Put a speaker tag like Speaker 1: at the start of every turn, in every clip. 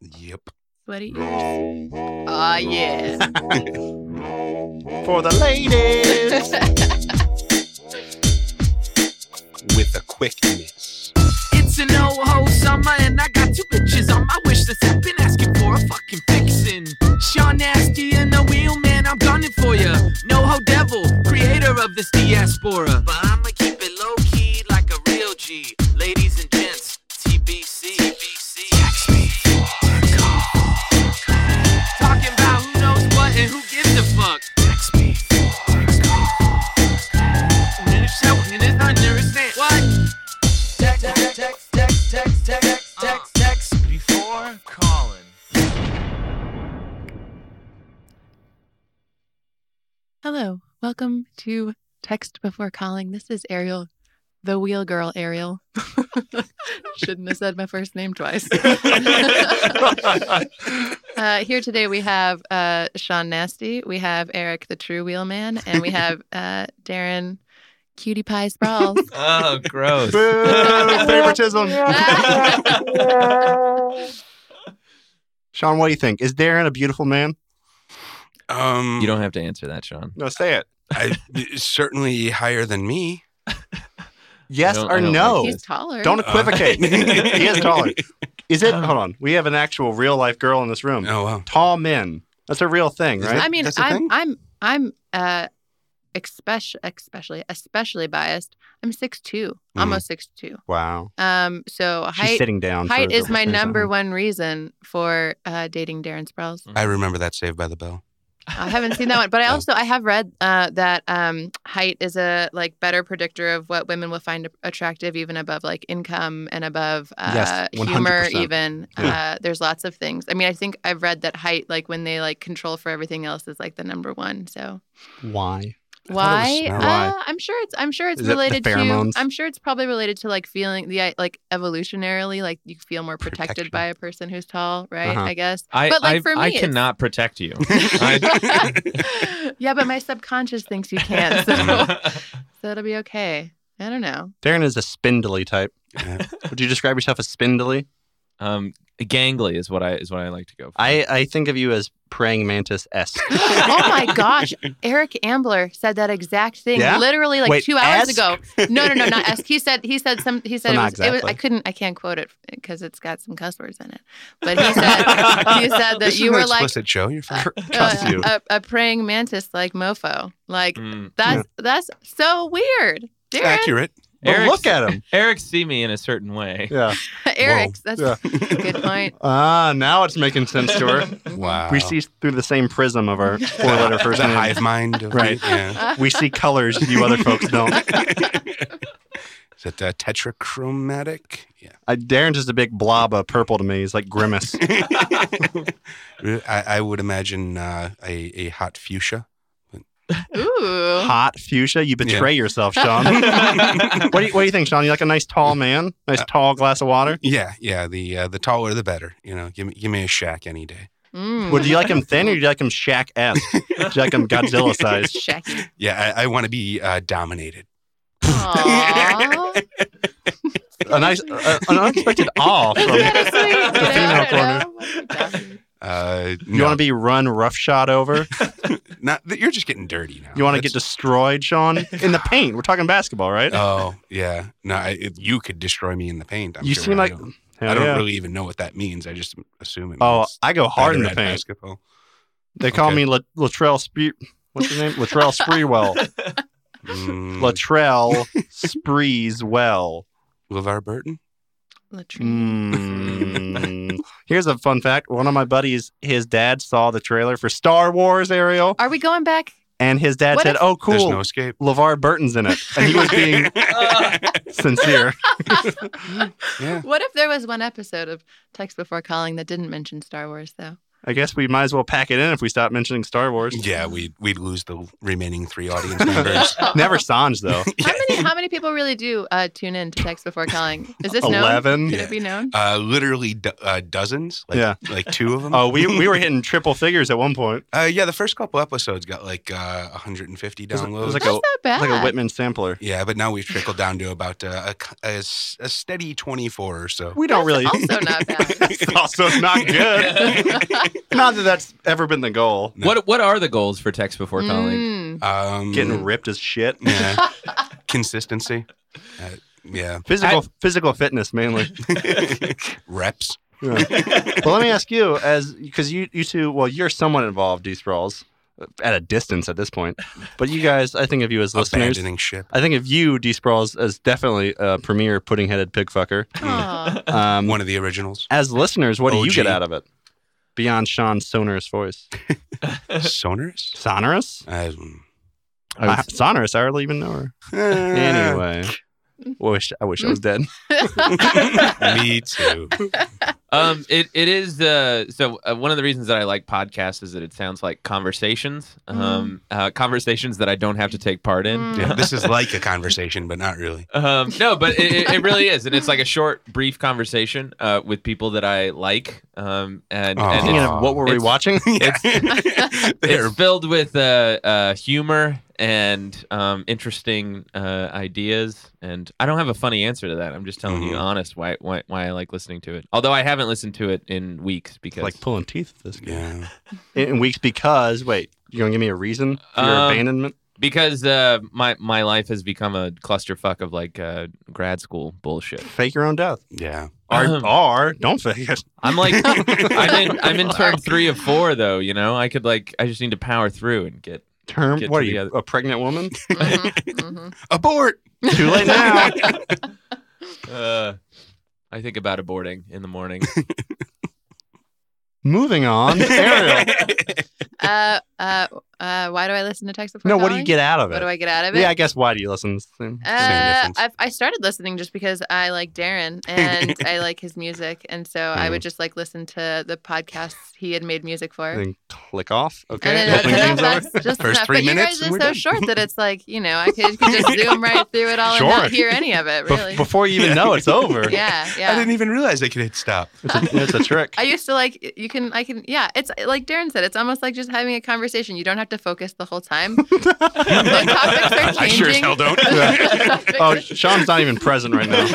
Speaker 1: Yep.
Speaker 2: Sweaty ears.
Speaker 3: Oh
Speaker 2: Ah, yeah.
Speaker 1: For the ladies. With a quickness.
Speaker 4: It's an old ho summer, and I got two bitches on my wish list. I've been asking for a fucking fixin'. Sean Nasty and the wheel, man, I'm gunning for ya. No ho devil, creator of this diaspora. But I'ma keep it low key like a real G. Ladies and gents, TBC. TBC. Text me for Talking about who knows what and who gives a fuck. Text me for and it's understand. What?
Speaker 5: Text, text, text, text, text, text,
Speaker 2: Uh.
Speaker 5: text, text.
Speaker 4: Before calling.
Speaker 2: Hello. Welcome to Text Before Calling. This is Ariel, the wheel girl Ariel. Shouldn't have said my first name twice. Uh, here today we have uh, Sean Nasty, we have Eric the True Wheelman, and we have uh, Darren Cutie Pie Sprawls.
Speaker 6: Oh, gross.
Speaker 1: Boo, favoritism. Sean, what do you think? Is Darren a beautiful man?
Speaker 3: Um,
Speaker 6: You don't have to answer that, Sean.
Speaker 1: No, say it.
Speaker 3: I, certainly higher than me.
Speaker 1: Yes
Speaker 6: I don't-
Speaker 1: or
Speaker 6: I don't
Speaker 1: no?
Speaker 6: like
Speaker 2: He's taller.
Speaker 1: Don't
Speaker 3: Uh,
Speaker 1: equivocate. he is taller. Is it? Hold on. We have an actual real life girl in this
Speaker 6: Um,
Speaker 1: room.
Speaker 3: Oh wow.
Speaker 1: Tall men. That's a real thing,
Speaker 3: Is
Speaker 1: right?
Speaker 2: I mean,
Speaker 3: That's the
Speaker 2: I'm,
Speaker 3: thing?
Speaker 2: I'm, I'm, uh, especially, especially, especially biased. I'm 6'2",
Speaker 3: Mhm.
Speaker 2: almost 6'2".
Speaker 1: wow.
Speaker 2: Um, so
Speaker 1: She's
Speaker 2: height,
Speaker 1: sitting down.
Speaker 2: height
Speaker 1: for the
Speaker 2: is my
Speaker 1: listeners at
Speaker 2: number
Speaker 1: home.
Speaker 2: one reason for uh, dating Darren Sprouse.
Speaker 3: I remember that Saved by the Bell.
Speaker 2: I haven't seen that one, but I
Speaker 3: Oh.
Speaker 2: also I have read uh, that um, height is a like better predictor of what women will find attractive, even above like income and above uh,
Speaker 1: Yes,
Speaker 2: humor.
Speaker 1: 100%.
Speaker 2: Even uh, there's lots of things. I mean, I think I've read that height, like when they like control for everything else, is like the number one. So
Speaker 1: Why? I thought it was
Speaker 2: why?
Speaker 1: smell.
Speaker 2: Uh, I'm sure it's I'm sure it's
Speaker 1: Is it the
Speaker 2: related to
Speaker 1: pheromones?
Speaker 2: I'm sure it's probably related to like feeling the uh, like evolutionarily like you feel more protected
Speaker 3: Protection.
Speaker 2: by a person who's tall, right?
Speaker 1: Uh-huh.
Speaker 2: I guess.
Speaker 6: I,
Speaker 2: But, like,
Speaker 6: I,
Speaker 2: for me,
Speaker 6: I
Speaker 2: it's-
Speaker 6: cannot protect you. I-
Speaker 2: yeah, but my subconscious thinks you can,
Speaker 1: Mm-hmm.
Speaker 2: so, so it'll be okay. I don't know.
Speaker 1: Darren is a spindly type.
Speaker 3: Yeah.
Speaker 1: Would you describe yourself as spindly?
Speaker 6: um, gangly is what I is what I like to go for.
Speaker 1: I, I think of you as praying mantis esque.
Speaker 2: oh my gosh, Eric Ambler said that exact thing
Speaker 1: Yeah?
Speaker 2: literally like
Speaker 1: Wait,
Speaker 2: two hours
Speaker 1: ask?
Speaker 2: ago. No, no, no, not ask. He said he said some. He said
Speaker 1: Well,
Speaker 2: it,
Speaker 1: not
Speaker 2: was, it was.
Speaker 1: exactly.
Speaker 2: I couldn't. I can't quote it because it's got some cuss words in it. But he said he said that
Speaker 3: This
Speaker 2: you
Speaker 3: is an
Speaker 2: were like
Speaker 3: explicit show. You're fine.
Speaker 1: cuss
Speaker 2: uh,
Speaker 1: you.
Speaker 2: a, a praying mantis like mofo. Like
Speaker 6: Mm.
Speaker 2: that's that's so weird.
Speaker 3: It's
Speaker 2: Darren,
Speaker 3: accurate.
Speaker 1: Well,
Speaker 6: Eric's-
Speaker 1: look at him.
Speaker 6: Eric see me in a certain way.
Speaker 1: Yeah.
Speaker 2: Eric's. That's
Speaker 1: Yeah.
Speaker 2: a good point. Mm.
Speaker 1: Ah, now it's making sense to her.
Speaker 2: Mm-hmm.
Speaker 3: Wow.
Speaker 1: We see through the same prism of our four letter first
Speaker 3: Uh, the
Speaker 1: name.
Speaker 3: hive mind. Of
Speaker 1: Right.
Speaker 3: it, Yeah.
Speaker 1: We see colors you other folks don't.
Speaker 3: Is it uh, tetrachromatic? Yeah.
Speaker 1: Uh, Darren's just a big blob of purple to me. He's like grimace.
Speaker 3: I, I would imagine uh, a, a hot fuchsia.
Speaker 2: Ooh.
Speaker 1: Hot fuchsia. You betray yourself, Sean. what, do you, what do you think, Sean? You like a nice tall man?
Speaker 3: Uh,
Speaker 1: Nice tall glass of water?
Speaker 3: Yeah, yeah. The uh, the taller the better. You know, give me give me a shack any day.
Speaker 2: Mm.
Speaker 1: Would you like him thin or do you like him Shaq esque? Do you like him Godzilla sized?
Speaker 2: Shaky.
Speaker 3: Yeah, I, I want to be uh, dominated.
Speaker 2: Aw.
Speaker 1: A nice, uh, an unexpected awe
Speaker 2: That's
Speaker 1: from.
Speaker 2: kinda sweet.
Speaker 1: the
Speaker 2: but I
Speaker 1: female
Speaker 2: don't know. What are we talking-
Speaker 3: Uh,
Speaker 1: You want to be run roughshod over?
Speaker 3: be? Not, th- you're just getting dirty now.
Speaker 1: You want to get destroyed, Sean? In the paint. We're talking basketball, right?
Speaker 3: Oh yeah, no. I, it, you could destroy me in the paint. I'm
Speaker 1: you
Speaker 3: sure.
Speaker 1: seem
Speaker 3: I
Speaker 1: like.
Speaker 3: don't,
Speaker 1: Hell
Speaker 3: I don't
Speaker 1: yeah.
Speaker 3: really even know what that means. I just assume it.
Speaker 1: Oh,
Speaker 3: means
Speaker 1: I go hard in
Speaker 3: better
Speaker 1: the
Speaker 3: at
Speaker 1: paint.
Speaker 3: Basketball.
Speaker 1: They call
Speaker 3: Okay.
Speaker 1: me La- Latrell Spree. What's his name? Latrell Spreewell.
Speaker 3: Mm,
Speaker 1: Latrell Spreeswell.
Speaker 3: LeVar Burton.
Speaker 2: Latrine.
Speaker 1: Mm. Here's a fun fact. One of my buddies, his dad saw the trailer for Star Wars Ariel,
Speaker 2: Are we going back?
Speaker 1: and his dad
Speaker 2: What
Speaker 1: said,
Speaker 2: if-
Speaker 1: "Oh,
Speaker 3: There's
Speaker 1: cool,
Speaker 3: no escape.
Speaker 1: LeVar Burton's in it," and he was being sincere.
Speaker 3: yeah.
Speaker 2: What if there was one episode of Text Before Calling that didn't mention Star Wars, though?
Speaker 1: I guess we might as well pack it in if we stop mentioning Star Wars.
Speaker 3: Yeah, we we'd lose the remaining three audience members.
Speaker 1: Never Sanj though.
Speaker 2: How many how many people really do uh, tune in to text before calling? Is this known?
Speaker 1: Eleven.
Speaker 2: Could
Speaker 3: Yeah.
Speaker 2: it be known?
Speaker 3: Uh, literally do- uh, dozens. Like,
Speaker 1: Yeah.
Speaker 3: like two of them.
Speaker 1: Oh, we we were hitting triple figures at one point.
Speaker 3: Uh, yeah, the first couple episodes got like uh, 150
Speaker 1: It was- it
Speaker 3: downloads.
Speaker 1: was like
Speaker 2: That's
Speaker 1: a-
Speaker 2: not bad.
Speaker 1: It's like a Whitman sampler.
Speaker 3: yeah, but now we've trickled down to about uh, a, c- a s- a steady 24 or so.
Speaker 1: We
Speaker 2: That's
Speaker 1: don't really.
Speaker 2: also not bad.
Speaker 1: It's also not good. not that that's ever been the goal.
Speaker 3: No.
Speaker 6: What what are the goals for text before calling?
Speaker 2: Mm.
Speaker 3: Um,
Speaker 1: Getting ripped as shit.
Speaker 3: yeah. consistency. Uh, yeah,
Speaker 1: Physical physical fitness mainly.
Speaker 3: reps.
Speaker 1: Yeah. well, let me ask you, as because you you two, well, you're somewhat involved, D Sprawls, at a distance at this point, but you guys, I think of you as listeners.
Speaker 3: Abandoning ship.
Speaker 1: I think of you, D Sprawls, as definitely a premier pudding headed pig fucker.
Speaker 2: Aw.
Speaker 1: Um,
Speaker 3: One of the originals.
Speaker 1: as listeners, what do you
Speaker 3: OG.
Speaker 1: get out of it beyond Sean's sonorous voice?
Speaker 3: Sonorous.
Speaker 1: Sonorous?
Speaker 3: Uh,
Speaker 6: I
Speaker 1: Uh,
Speaker 6: was-
Speaker 1: sonorous? I hardly even know her. Anyway, wish I wish I was dead.
Speaker 2: Mm-hmm,
Speaker 3: me too.
Speaker 6: um, it it is uh, so uh, one of the reasons that I like podcasts is that it sounds like conversations, um, uh, conversations that I don't have to take part in.
Speaker 2: Mm.
Speaker 3: Yeah, this is like a conversation, but not really.
Speaker 6: Um, no, but it, it- it really is, and it's like a short, brief conversation uh, with people that I like, um, and,
Speaker 3: Aw.
Speaker 6: and
Speaker 1: Thinking
Speaker 6: it's,
Speaker 1: of what were we
Speaker 6: It's-
Speaker 1: watching?
Speaker 3: They're
Speaker 6: it's filled with uh, uh, humor and um, interesting uh, ideas. And I don't have a funny answer to that. I'm just telling you
Speaker 3: Mhm.
Speaker 6: honest why, why why I like listening to it. Although I haven't listened to it in weeks because
Speaker 1: like pulling teeth at this guy.
Speaker 3: yeah.
Speaker 1: in in weeks because wait, you're gonna give me a reason for your
Speaker 6: Um,
Speaker 1: abandonment?
Speaker 6: because uh, my my life has become a clusterfuck of like uh, grad school bullshit.
Speaker 1: Fake your own death,
Speaker 3: Yeah.
Speaker 1: or,
Speaker 6: Um.
Speaker 1: or don't fake it.
Speaker 6: I'm like I'm in I'm in term three of four though. You know I could like I just need to power through and get
Speaker 1: Term,
Speaker 6: Get
Speaker 1: what
Speaker 6: to
Speaker 1: are you,
Speaker 6: the other-
Speaker 1: a pregnant woman?
Speaker 2: Mhm, mhm.
Speaker 3: Abort.
Speaker 1: Too late now.
Speaker 6: Uh, I think about aborting in the morning.
Speaker 1: Moving on, Ariel.
Speaker 2: Uh, uh, uh, why do I listen to text before
Speaker 1: No,
Speaker 2: calling?
Speaker 1: what do you get out of it?
Speaker 2: What do I get out of it?
Speaker 1: yeah, I guess why do you listen? Same-
Speaker 3: Same
Speaker 2: Uh,
Speaker 3: difference.
Speaker 2: I've, I started listening just because I like Darren and I like his music, and so I
Speaker 1: Mm.
Speaker 2: would just like listen to the podcasts he had made music for.
Speaker 1: Then click off. Okay.
Speaker 2: Uh, And then
Speaker 1: Nothing
Speaker 2: that's enough.
Speaker 1: seems over.
Speaker 2: That's just
Speaker 3: First
Speaker 2: enough.
Speaker 3: three
Speaker 2: but you
Speaker 3: minutes
Speaker 2: guys
Speaker 3: and
Speaker 2: are
Speaker 3: we're
Speaker 2: so
Speaker 3: done.
Speaker 2: short that it's like you know I could, could just zoom right through it all
Speaker 1: Sure.
Speaker 2: and not hear any of it
Speaker 1: Bef-
Speaker 2: really.
Speaker 1: Before you even know it's over.
Speaker 2: yeah,
Speaker 3: I
Speaker 2: yeah.
Speaker 3: didn't even realize I could hit stop.
Speaker 1: It's a, it's a trick.
Speaker 2: I used to like you can I can yeah it's uh, like Darren said it's almost like just having a conversation you don't have to focus the whole time. the topics are changing.
Speaker 3: I sure as hell don't.
Speaker 2: The
Speaker 1: oh, Sean's not even present right now.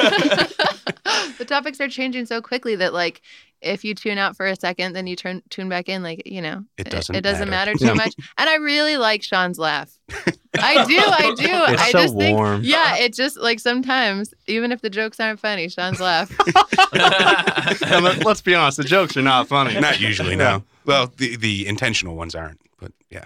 Speaker 2: the topics are changing so quickly that like if you tune out for a second then you turn tune back in like you know
Speaker 3: It doesn't
Speaker 2: it, doesn't matter,
Speaker 3: matter.
Speaker 2: too
Speaker 1: Yeah.
Speaker 2: much and i really like sean's laugh i do i do
Speaker 1: It's
Speaker 2: i
Speaker 1: so
Speaker 2: just think
Speaker 1: warm.
Speaker 2: yeah it just like sometimes even if the jokes aren't funny sean's laugh
Speaker 1: And let, us be honest, the jokes are not funny.
Speaker 3: Not usually, no. Well, the, the intentional ones aren't, but yeah.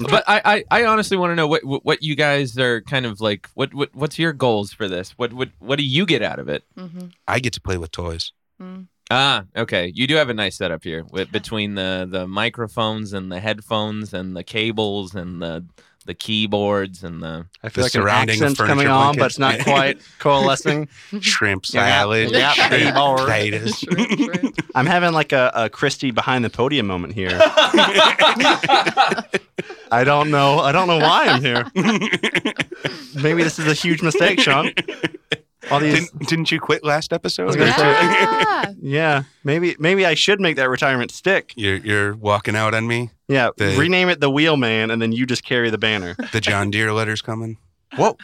Speaker 6: but I, I, I honestly want to know what, what what you guys are kind of like. What, what what's your goals for this? What what what do you get out of it?
Speaker 2: Mhm.
Speaker 3: I get to play with toys.
Speaker 2: Mm.
Speaker 6: Ah, okay. You do have a nice setup here with, between the the microphones and the headphones and the cables and the the keyboards and the
Speaker 1: I feel
Speaker 3: The
Speaker 1: like an
Speaker 3: surrounding
Speaker 1: accent's
Speaker 3: furniture
Speaker 1: coming on, but
Speaker 3: blankets.
Speaker 1: it's not quite coalescing.
Speaker 3: Shrimp
Speaker 1: Yeah,
Speaker 3: salad,
Speaker 1: yeah,
Speaker 3: shrimp
Speaker 1: or-
Speaker 3: potatoes.
Speaker 1: I'm having like a, a Christie behind the podium moment here. I don't know. I don't know why I'm here. Maybe this is a huge mistake, Sean. All these,
Speaker 3: Didn't, didn't you quit last episode?
Speaker 1: gonna
Speaker 2: yeah.
Speaker 1: yeah. Maybe, maybe I should make that retirement stick.
Speaker 3: You're, you're walking out on me.
Speaker 1: Yeah.
Speaker 3: The-
Speaker 1: rename it the Wheel Man, and then you just carry the banner.
Speaker 3: The John Deere letter's coming.
Speaker 1: Whoa.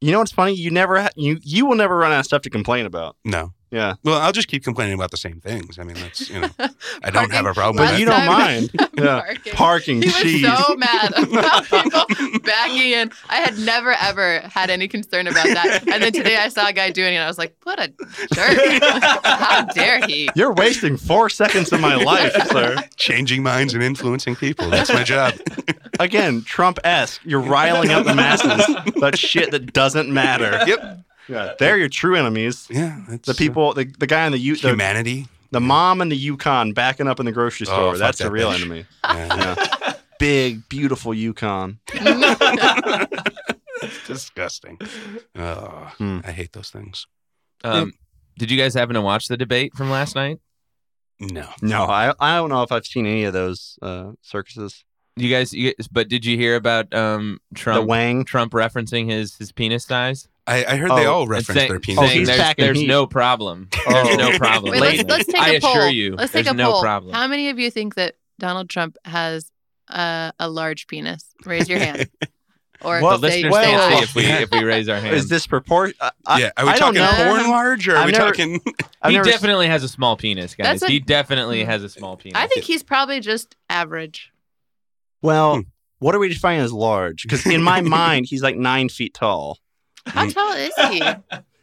Speaker 1: You know what's funny? You never, ha- you you will never run out of stuff to complain about.
Speaker 3: No.
Speaker 1: Yeah.
Speaker 3: Well, I'll just keep complaining about the same things. I mean, that's, you know, I don't
Speaker 2: Parking.
Speaker 3: have a problem
Speaker 1: But
Speaker 2: Last
Speaker 1: you
Speaker 3: with
Speaker 1: don't
Speaker 2: time-
Speaker 1: mind. Yeah.
Speaker 2: Parking.
Speaker 1: Parking,
Speaker 2: He was
Speaker 1: cheese.
Speaker 2: so mad about people backing in. I had never ever had any concern about that. And then today I saw a guy doing it and I was like, what a jerk. How dare he?
Speaker 1: You're wasting four seconds of my life, sir.
Speaker 3: it. Changing minds and influencing people. That's my job.
Speaker 1: Again, Trump esque. You're riling up the masses. That shit that doesn't matter.
Speaker 3: Yep.
Speaker 1: Yeah, they're your true enemies.
Speaker 3: Yeah. That's,
Speaker 1: The people, the, the guy in the, U,
Speaker 3: uh,
Speaker 1: the
Speaker 3: humanity.
Speaker 1: the mom in the Yukon backing up in the grocery
Speaker 3: Oh,
Speaker 1: store.
Speaker 3: fuck
Speaker 1: That's the
Speaker 3: that
Speaker 1: real
Speaker 3: bitch.
Speaker 1: enemy.
Speaker 3: Yeah,
Speaker 1: Yeah. Big, beautiful Yukon.
Speaker 3: it's disgusting. Oh,
Speaker 1: Hmm.
Speaker 3: I hate those things.
Speaker 6: um. Did you guys happen to watch the debate from last night?
Speaker 3: No.
Speaker 1: No, I I don't know if I've seen any of those uh, circuses.
Speaker 6: You guys, you guys, but did you hear about um Trump?
Speaker 1: The Wang.
Speaker 6: Trump referencing his his penis size.
Speaker 3: I, I heard they
Speaker 1: Oh,
Speaker 3: all
Speaker 6: and
Speaker 3: reference
Speaker 6: saying-
Speaker 3: their
Speaker 1: Oh,
Speaker 3: penis.
Speaker 6: saying
Speaker 1: he's
Speaker 6: there's,
Speaker 1: packing
Speaker 6: there's
Speaker 1: heat.
Speaker 6: no problem. There's no problem.
Speaker 2: Wait, let's, let's take
Speaker 6: I
Speaker 2: a poll.
Speaker 6: assure you,
Speaker 2: let's take
Speaker 6: there's
Speaker 2: a
Speaker 6: no
Speaker 2: poll.
Speaker 6: problem.
Speaker 2: How many of you think that Donald Trump has uh, a large penis? Raise your hand. Or
Speaker 1: Well,
Speaker 6: the
Speaker 2: say,
Speaker 1: Well,
Speaker 6: listeners
Speaker 1: well,
Speaker 6: can't
Speaker 1: well,
Speaker 6: see if we if we raise our
Speaker 1: Is
Speaker 6: hands.
Speaker 1: this proportion? I,
Speaker 3: yeah. Are we
Speaker 1: I don't
Speaker 3: talking
Speaker 1: know.
Speaker 2: know.
Speaker 3: porn large or are
Speaker 1: I've
Speaker 3: we
Speaker 1: never-
Speaker 3: talking?
Speaker 1: I've
Speaker 6: he
Speaker 1: never-
Speaker 6: definitely has a small penis, guys.
Speaker 2: That's a-
Speaker 6: he definitely has a small penis.
Speaker 2: I think he's probably just average.
Speaker 1: Well,
Speaker 3: Hmm.
Speaker 1: what are we defining as large? Because in my mind, he's like nine feet tall.
Speaker 2: How
Speaker 6: Hmm.
Speaker 2: tall is he?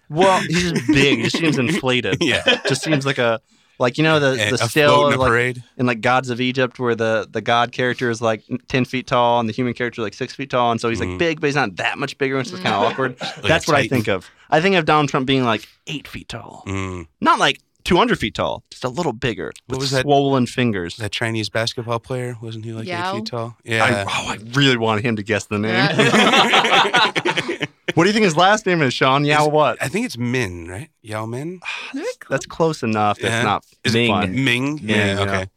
Speaker 1: Well, he's just big. He just seems inflated.
Speaker 3: yeah.
Speaker 1: Just seems like a like you know the
Speaker 3: A-
Speaker 1: the
Speaker 3: a
Speaker 1: still
Speaker 3: float in
Speaker 1: of
Speaker 3: a
Speaker 1: like
Speaker 3: parade.
Speaker 1: in like Gods of Egypt where the the god character is like ten feet tall and the human character is like six feet tall and so he's like
Speaker 3: Mhm.
Speaker 1: big but he's not that much bigger which is kind of
Speaker 6: Mm-hmm.
Speaker 2: Mhm.
Speaker 1: awkward.
Speaker 3: Like a
Speaker 1: That's what I
Speaker 3: titan.
Speaker 1: think of. I think of Donald Trump being like eight feet tall,
Speaker 3: Mm.
Speaker 1: not like two hundred feet tall, just a little bigger
Speaker 3: What
Speaker 1: with
Speaker 3: was that-
Speaker 1: swollen fingers.
Speaker 3: That Chinese basketball player wasn't he like
Speaker 2: Yao?
Speaker 3: eight feet tall?
Speaker 1: I,
Speaker 3: Yeah.
Speaker 1: oh, I really wanted him to guess the name.
Speaker 2: Yeah.
Speaker 1: what do you think his last name is, Sean? Yeah,
Speaker 3: Is-
Speaker 1: what?
Speaker 3: I think it's Min, right? Yao Min.
Speaker 1: That's close enough. That's
Speaker 3: Yeah.
Speaker 1: not
Speaker 3: Is
Speaker 6: it
Speaker 1: fun.
Speaker 3: Ming.
Speaker 1: yeah.
Speaker 3: Yeah. Okay.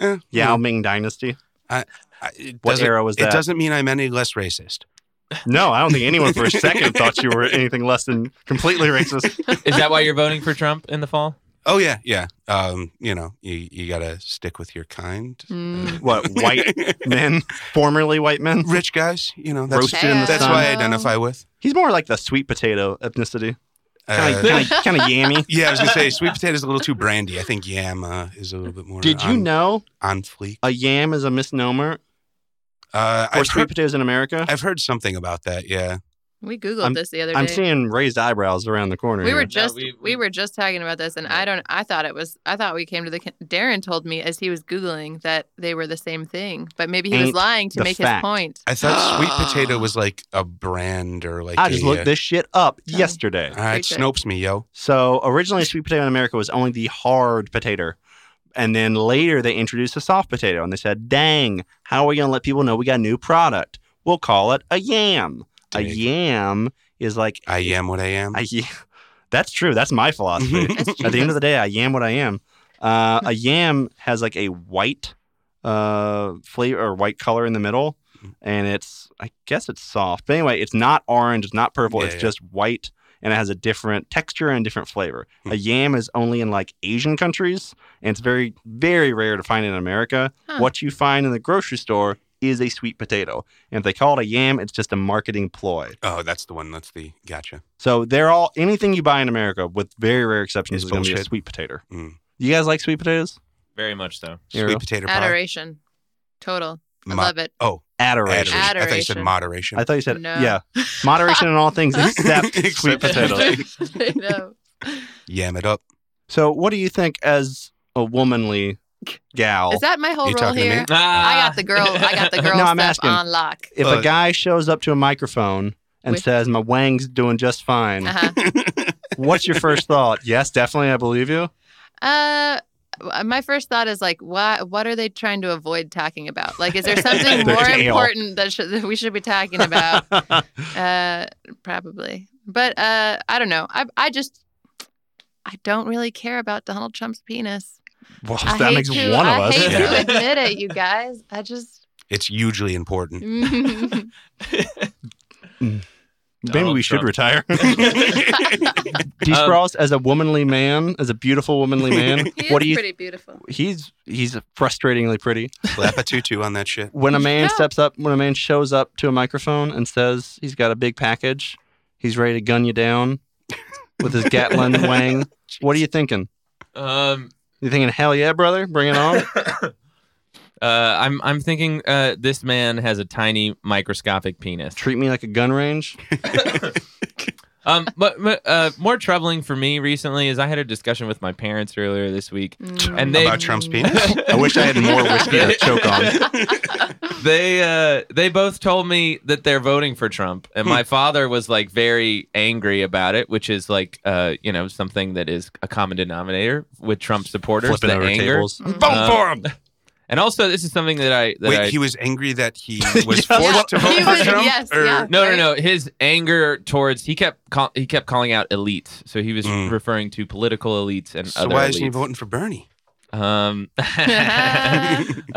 Speaker 3: Eh,
Speaker 1: Yao Ming Dynasty.
Speaker 3: I- it
Speaker 1: What
Speaker 3: doesn't-
Speaker 1: era was
Speaker 3: It
Speaker 1: that?
Speaker 3: doesn't mean I'm any less racist.
Speaker 1: No, I don't think anyone for a second thought you were anything less than completely racist.
Speaker 6: Is that why you're voting for Trump in the fall?
Speaker 3: Oh yeah, yeah. Um, you know, you, you gotta stick with your kind.
Speaker 2: Mm.
Speaker 1: What white men, formerly white men?
Speaker 3: rich guys, you know, that's,
Speaker 1: Roasted in the
Speaker 3: that's
Speaker 1: sun.
Speaker 3: who I identify with.
Speaker 1: He's more like the sweet potato ethnicity. Kind
Speaker 3: Uh,
Speaker 1: of, kind of yammy.
Speaker 3: yeah, I was gonna say sweet potato is a little too brandy. I think yam uh, is a little bit more.
Speaker 1: Did you
Speaker 3: on,
Speaker 1: know
Speaker 3: on fleek?
Speaker 1: a yam is a misnomer
Speaker 3: Uh,
Speaker 1: for
Speaker 3: I've,
Speaker 1: sweet
Speaker 3: heard,
Speaker 1: potatoes in America?
Speaker 3: I've heard something about that. Yeah,
Speaker 2: We Googled
Speaker 1: I'm-
Speaker 2: this the other day.
Speaker 1: I'm seeing raised eyebrows around the corner.
Speaker 2: we
Speaker 1: here.
Speaker 2: were
Speaker 6: No,
Speaker 2: just
Speaker 6: we-
Speaker 2: we,
Speaker 6: we-
Speaker 2: were just talking about this and i don't i thought it was i thought we came to the con- darren told me as he was googling that they were the same thing but maybe he was
Speaker 1: Ain't
Speaker 2: lying to
Speaker 1: the
Speaker 2: make
Speaker 1: fact.
Speaker 2: his point
Speaker 3: I thought sweet potato was like a brand or like.
Speaker 1: I just
Speaker 3: a,
Speaker 1: looked
Speaker 3: uh,
Speaker 1: this shit up
Speaker 2: Oh.
Speaker 1: yesterday.
Speaker 3: All right,
Speaker 2: Preach it.
Speaker 3: Snopes me, yo.
Speaker 1: So originally, sweet potato in America was only the hard potato. And then later they introduced the soft potato and they said, dang, how are we going to let people know we got a new product? We'll call it a yam. A
Speaker 3: Dig.
Speaker 1: yam is like,
Speaker 3: I am what I am.
Speaker 1: a y- that's true. That's my philosophy. At the end of the day, I am what I am. Uh, a yam has like a white uh, flavor or white color in the middle. And it's, I guess it's soft. But anyway, it's not orange, it's not purple,
Speaker 3: Yeah,
Speaker 1: it's
Speaker 3: yeah.
Speaker 1: just white and it has a different texture and different flavor.
Speaker 3: Hmm.
Speaker 1: A yam is only in like Asian countries and it's very, very rare to find in America.
Speaker 2: Huh.
Speaker 1: What you find in the grocery store is a sweet potato. And if they call it a yam, it's just a marketing ploy.
Speaker 3: oh, that's the one. That's the gotcha.
Speaker 1: So they're all anything you buy in America, with very rare exceptions,
Speaker 3: It's
Speaker 1: is going to be a
Speaker 3: bullshit.
Speaker 1: sweet potato.
Speaker 3: Mm.
Speaker 1: You guys like sweet potatoes?
Speaker 6: Very much so.
Speaker 1: Yeah.
Speaker 3: Sweet potato pie.
Speaker 2: adoration total i
Speaker 3: Mo-
Speaker 2: love it
Speaker 3: oh,
Speaker 1: Adoration.
Speaker 3: adoration. I thought you said
Speaker 2: Adoration.
Speaker 3: moderation.
Speaker 1: I thought you said
Speaker 2: No.
Speaker 1: yeah. Moderation in all things except
Speaker 3: Except-
Speaker 1: sweet potato.
Speaker 2: I know.
Speaker 3: Yam it up.
Speaker 1: So what do you think as a womanly gal?
Speaker 2: is that my whole
Speaker 3: You
Speaker 2: role
Speaker 3: talking to me?
Speaker 2: here i
Speaker 6: Ah.
Speaker 2: got the girl i got the girl
Speaker 1: No, I'm
Speaker 2: stuff
Speaker 1: asking.
Speaker 2: on lock
Speaker 1: if a
Speaker 3: Uh,
Speaker 1: guy shows up to a microphone and
Speaker 2: With-
Speaker 1: says my wang's doing just fine
Speaker 2: uh-huh.
Speaker 1: what's your first thought yes definitely i believe you
Speaker 2: Uh, my first thought is like, what? What are they trying to avoid talking about? Like, is there something
Speaker 1: Their
Speaker 2: more
Speaker 1: tail.
Speaker 2: important that, should, that we should be talking about? uh, probably, but uh, I don't know. I I just I don't really care about Donald Trump's penis.
Speaker 1: well
Speaker 2: I
Speaker 1: that
Speaker 2: hate
Speaker 1: makes
Speaker 2: to,
Speaker 1: one
Speaker 2: I
Speaker 1: of us
Speaker 2: hate
Speaker 3: Yeah.
Speaker 2: to admit it, you guys. I just. mm-hmm.
Speaker 3: It's hugely important.
Speaker 1: maybe
Speaker 3: Oh,
Speaker 1: we should
Speaker 6: Donald
Speaker 1: retire d
Speaker 6: Um,
Speaker 1: sprouls as a womanly man as a beautiful womanly man
Speaker 2: He
Speaker 1: what
Speaker 2: is
Speaker 1: do you
Speaker 2: pretty beautiful.
Speaker 1: he's he's frustratingly pretty
Speaker 3: Slap a tutu on that shit.
Speaker 1: when a man
Speaker 2: Yeah.
Speaker 1: steps up when a man shows up to a microphone and says he's got a big package he's ready to gun you down with his gatlin wang what are you thinking
Speaker 6: Um,
Speaker 1: you thinking hell yeah brother bring it on
Speaker 6: uh, I'm I'm thinking uh, this man has a tiny microscopic penis.
Speaker 1: treat me like a gun range
Speaker 6: Um, but, but, uh, more troubling for me recently is I had a discussion with my parents earlier this week.
Speaker 2: Mm.
Speaker 6: And they-
Speaker 3: About Trump's penis.
Speaker 1: I wish I had more whiskey to choke on.
Speaker 6: They uh, they both told me that they're voting for Trump, and my
Speaker 1: Hmm.
Speaker 6: father was like very angry about it, which is like uh, you know something that is a common denominator with Trump supporters. the anger.
Speaker 2: Mm.
Speaker 3: Vote
Speaker 6: Um,
Speaker 1: Uh,
Speaker 3: for him.
Speaker 6: And also, this is something that I that
Speaker 3: Wait,
Speaker 6: I
Speaker 3: he was angry that he was
Speaker 1: Yeah.
Speaker 3: forced to vote
Speaker 2: He
Speaker 3: for
Speaker 2: was-
Speaker 3: Trump.
Speaker 2: yes,
Speaker 3: or-
Speaker 2: yeah.
Speaker 6: no no no his anger towards he kept call, he kept calling out elites, so he was
Speaker 3: Mm.
Speaker 1: Hmm.
Speaker 6: referring to political elites and
Speaker 3: So
Speaker 6: other
Speaker 3: why
Speaker 6: elites.
Speaker 3: isn't he voting for Bernie?
Speaker 6: um,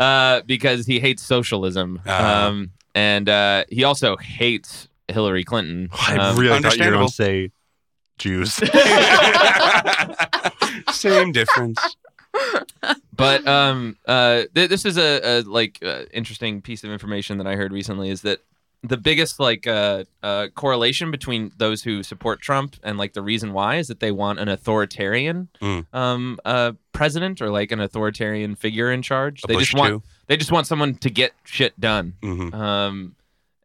Speaker 6: uh, because he hates socialism.
Speaker 3: Ah.
Speaker 6: Um, and uh, he also hates Hillary Clinton.
Speaker 1: I
Speaker 3: Oh,
Speaker 1: really thought
Speaker 6: Um,
Speaker 1: you were going
Speaker 3: understandable.
Speaker 1: to say Jews.
Speaker 3: Same difference.
Speaker 6: but um, uh, th- this is a, a like uh, interesting piece of information that I heard recently is that the biggest like uh, uh, correlation between those who support Trump and like the reason why is that they want an authoritarian
Speaker 3: Mm.
Speaker 6: um, uh, president or like an authoritarian figure in charge.
Speaker 3: A
Speaker 6: they
Speaker 3: Bush
Speaker 6: just want
Speaker 3: too.
Speaker 6: they just want someone to get shit done.
Speaker 3: hmm
Speaker 6: Um,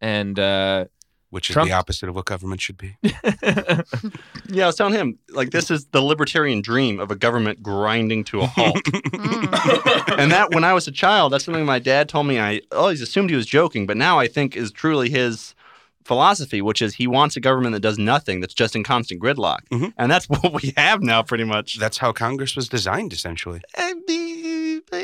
Speaker 6: and uh,
Speaker 3: Which is
Speaker 6: Trump-
Speaker 3: the opposite of what government should be.
Speaker 1: yeah, I was telling him like this is the libertarian dream of a government grinding to a halt.
Speaker 2: Mm.
Speaker 1: and that when I was a child, that's something my dad told me. I always assumed he was joking, but now I think is truly his philosophy, which is he wants a government that does nothing, that's just in constant gridlock,
Speaker 3: Mhm.
Speaker 1: and that's what we have now, pretty much.
Speaker 3: That's how Congress was designed, essentially.
Speaker 1: And the- the-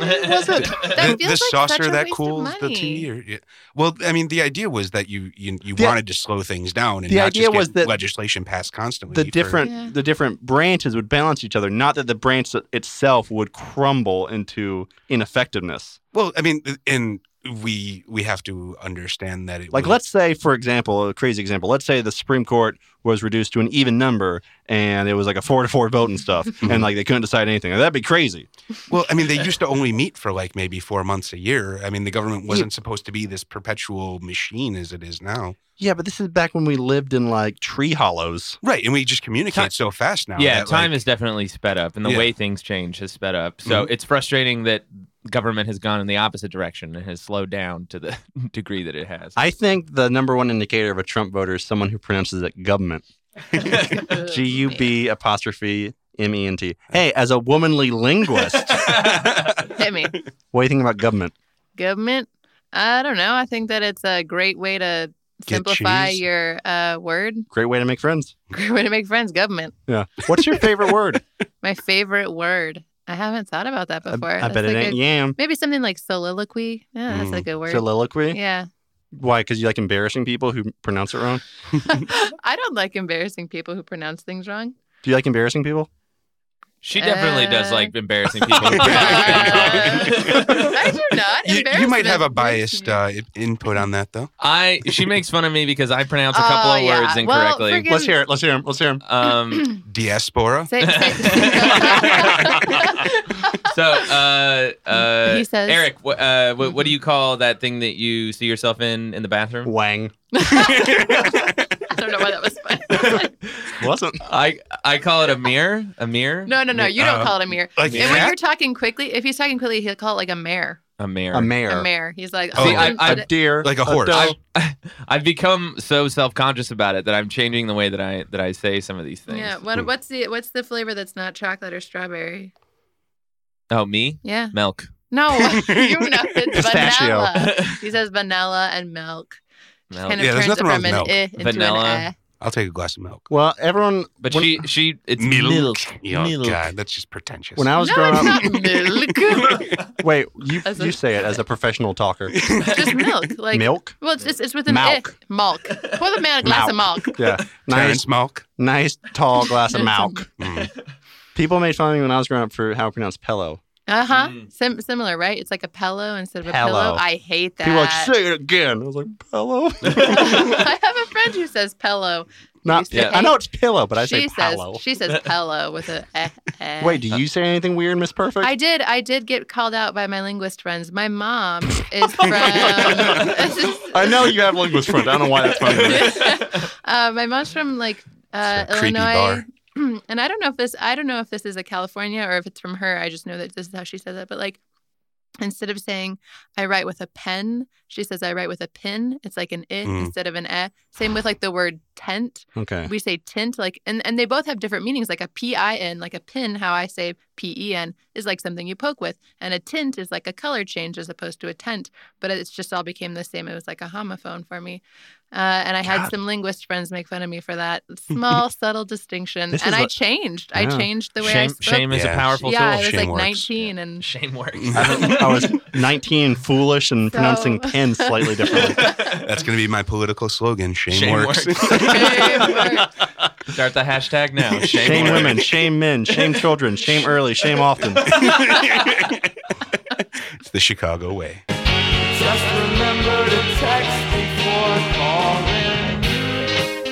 Speaker 1: was it?
Speaker 2: That
Speaker 3: the the
Speaker 2: feels like such
Speaker 3: saucer
Speaker 2: a
Speaker 3: that
Speaker 2: waste of
Speaker 3: cools the
Speaker 2: money.
Speaker 3: tea, or yeah. well, I mean, the idea was that you you, you
Speaker 1: The-
Speaker 3: wanted to slow things down, and
Speaker 1: the
Speaker 3: not
Speaker 1: idea
Speaker 3: just get
Speaker 1: was that
Speaker 3: legislation passed constantly.
Speaker 1: The
Speaker 3: for-
Speaker 1: different
Speaker 2: Yeah.
Speaker 1: the different branches would balance each other, not that the branch itself would crumble into ineffectiveness.
Speaker 3: well, I mean, and we we have to understand that it
Speaker 1: Like,
Speaker 3: was-
Speaker 1: let's say, for example, a crazy example, let's say the Supreme Court was reduced to an even number and it was like a four to four vote and stuff, and like they couldn't decide anything. That'd be crazy.
Speaker 3: Well, I mean, they used to only meet for like maybe four months a year. I mean, the government wasn't supposed to be this perpetual machine as it is now.
Speaker 1: Yeah, but this is back when we lived in like tree hollows.
Speaker 3: Right. And we just communicate
Speaker 6: Ti-
Speaker 3: so fast now.
Speaker 6: yeah,
Speaker 3: that,
Speaker 6: time
Speaker 3: like,
Speaker 6: is definitely sped up, and the
Speaker 3: Yeah.
Speaker 6: way things change has sped up. So it's frustrating that government has gone in the opposite direction and has slowed down to the degree that it has.
Speaker 1: I think the number one indicator of a Trump voter is someone who pronounces it government.
Speaker 2: Oh, Mm.
Speaker 1: G U B apostrophe M E N T. Hey, as a womanly linguist,
Speaker 2: Hit me.
Speaker 1: what do you think about government?
Speaker 2: Government. I don't know. I think that it's a great way to
Speaker 3: Get
Speaker 2: simplify
Speaker 3: cheese.
Speaker 2: your uh, word.
Speaker 1: Great way to make friends.
Speaker 2: Great way to make friends. Government.
Speaker 1: Yeah. What's your favorite word?
Speaker 2: My favorite word. I haven't thought about that
Speaker 1: I,
Speaker 2: before.
Speaker 1: I
Speaker 2: That's
Speaker 1: bet
Speaker 2: a
Speaker 1: it
Speaker 2: good-
Speaker 1: ain't yam.
Speaker 2: Maybe something like soliloquy. Yeah, that's a
Speaker 3: Mm.
Speaker 2: good word.
Speaker 1: Soliloquy.
Speaker 2: yeah.
Speaker 1: Why? Because you like embarrassing people who pronounce it wrong?
Speaker 2: I don't like embarrassing people who pronounce things wrong.
Speaker 1: Do you like embarrassing people?
Speaker 6: she definitely does
Speaker 2: Uh,
Speaker 6: like embarrassing people.
Speaker 2: Uh, I do not.
Speaker 3: You, you might have a biased
Speaker 2: Embarrassment makes me-
Speaker 3: uh, i- input on that, though.
Speaker 6: I she makes fun of me because I pronounce a couple
Speaker 2: Oh,
Speaker 6: of
Speaker 2: yeah.
Speaker 6: words
Speaker 2: Well,
Speaker 6: incorrectly.
Speaker 2: friggin- Let's hear
Speaker 1: it. Let's hear him. Let's hear him.
Speaker 6: um,
Speaker 3: Diaspora.
Speaker 2: Say- say-
Speaker 6: so uh, uh,
Speaker 2: He says-
Speaker 6: Eric, wh- uh, wh- what do you call that thing that you see yourself in in the bathroom?
Speaker 1: Wang.
Speaker 2: I don't know why that was funny.
Speaker 1: Wasn't.
Speaker 6: I I call it a mirror. A mirror.
Speaker 2: No, no, no. You don't
Speaker 3: Uh,
Speaker 2: call it a mirror.
Speaker 3: Like
Speaker 2: And when
Speaker 3: that?
Speaker 2: you're talking quickly, if he's talking quickly, he'll call it like a mare.
Speaker 6: A mirror.
Speaker 1: A mare.
Speaker 2: A mare. He's like,
Speaker 3: Oh,
Speaker 2: oh,
Speaker 6: See, I-
Speaker 2: I'm-
Speaker 6: I-
Speaker 1: A deer.
Speaker 3: Like a horse.
Speaker 1: dog.
Speaker 6: Uh, I've become so self conscious about it that I'm changing the way that I that I say some of these things.
Speaker 2: yeah. What, what's the what's the flavor that's not chocolate or strawberry?
Speaker 6: Oh, me?
Speaker 2: Yeah.
Speaker 6: Milk.
Speaker 2: No, you know it's
Speaker 1: Pistachio.
Speaker 2: vanilla.
Speaker 6: milk.
Speaker 2: He says vanilla and milk. Uh, Kind of
Speaker 3: Yeah, there's
Speaker 2: turns
Speaker 3: nothing
Speaker 2: it
Speaker 3: wrong
Speaker 2: from
Speaker 3: with
Speaker 2: an
Speaker 3: milk.
Speaker 2: eh into
Speaker 6: Vanilla.
Speaker 2: an eh.
Speaker 3: I'll take a glass of milk.
Speaker 1: Well, everyone.
Speaker 6: But
Speaker 1: when,
Speaker 6: she she it's
Speaker 3: Oh,
Speaker 6: Milk.
Speaker 3: God, that's just pretentious.
Speaker 1: When I was
Speaker 2: no,
Speaker 1: growing
Speaker 2: it's
Speaker 1: up.
Speaker 2: not milk.
Speaker 1: Wait, you,
Speaker 2: As a-
Speaker 1: you say it as a professional talker.
Speaker 2: Just milk. Like
Speaker 1: Milk?
Speaker 2: Well, it's it's, it's with an
Speaker 1: Malk.
Speaker 2: eh. Malk. Pour the man a glass of malk.
Speaker 1: Yeah. Nice,
Speaker 3: Terrence Malk.
Speaker 1: nice tall glass of milk.
Speaker 3: Mm.
Speaker 1: People made fun of me when I was growing up for how I pronounced pillow.
Speaker 2: Uh huh.
Speaker 6: Mm.
Speaker 2: Sim- similar, right? It's like a pillow instead of a
Speaker 1: Pillow.
Speaker 2: pillow. I hate that.
Speaker 1: People were like, say it again. I was like, pillow?
Speaker 2: I have a friend who says pillow.
Speaker 1: Not,
Speaker 2: She used to
Speaker 1: I know it's pillow, but I
Speaker 2: she
Speaker 1: say
Speaker 2: says
Speaker 1: pillow.
Speaker 2: she says pillow with a eh, eh.
Speaker 1: Wait, do you say anything weird, Miss Perfect?
Speaker 2: I did. I did get called out by my linguist friends. My mom is from.
Speaker 1: I know you have linguist friends. I don't know why that's funny.
Speaker 2: uh, my mom's from like uh,
Speaker 3: It's a creepy
Speaker 2: Illinois, and I don't know if this. I don't know if this is a California or if it's from her. I just know that this is how she says it. But like, instead of saying "I write with a pen," she says "I write with a pin." It's like an it
Speaker 3: Mm.
Speaker 2: instead of an eh. Same with like the word tent.
Speaker 1: Okay.
Speaker 2: We say tint like, and and they both have different meanings. Like a p i n, like a pin. How I say p e n is like something you poke with, and a tint is like a color change as opposed to a tent. But it's just all became the same. It was like a homophone for me, uh, and I had
Speaker 1: God.
Speaker 2: some linguist friends make fun of me for that small subtle distinction,
Speaker 1: This
Speaker 2: and
Speaker 1: is
Speaker 2: I
Speaker 1: what-
Speaker 2: changed. I
Speaker 1: Yeah.
Speaker 2: changed the way I
Speaker 6: shame
Speaker 2: spoke.
Speaker 6: shame is a
Speaker 3: Yeah.
Speaker 6: powerful
Speaker 2: yeah, I was
Speaker 3: Shame
Speaker 2: like
Speaker 3: works.
Speaker 2: 19 and
Speaker 6: tool. Shame works.
Speaker 1: I was 19, foolish, and
Speaker 2: So-
Speaker 1: pronouncing pen slightly differently.
Speaker 3: That's going to be my political slogan. Shame,
Speaker 6: Shame
Speaker 3: works.
Speaker 6: works.
Speaker 2: Shame works.
Speaker 6: Start the hashtag now. Shame,
Speaker 1: Shame
Speaker 6: women.
Speaker 1: women, shame men, shame children, shame early, shame often.
Speaker 3: it's the Chicago way.
Speaker 5: Just remember to text before calling.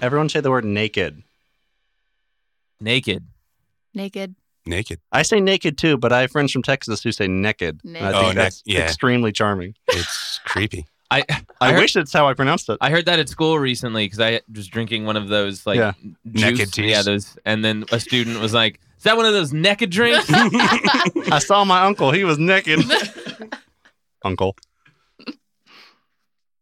Speaker 1: Everyone say the word naked.
Speaker 6: Naked.
Speaker 2: Naked.
Speaker 3: Naked.
Speaker 1: I say naked too, but I have friends from Texas who say naked. and I think
Speaker 3: Naked. Oh,
Speaker 1: that's
Speaker 3: ne- yeah.
Speaker 1: extremely charming.
Speaker 3: It's creepy.
Speaker 6: I I,
Speaker 1: I,
Speaker 6: heard,
Speaker 1: wish that's how I pronounced it.
Speaker 6: I heard that at school recently because I was drinking one of those like
Speaker 1: Yeah.
Speaker 6: juice-
Speaker 3: Naked teas.
Speaker 6: Yeah, those. And then a student was like, "Is that one of those naked drinks?"
Speaker 1: I saw my uncle. He was naked. uncle.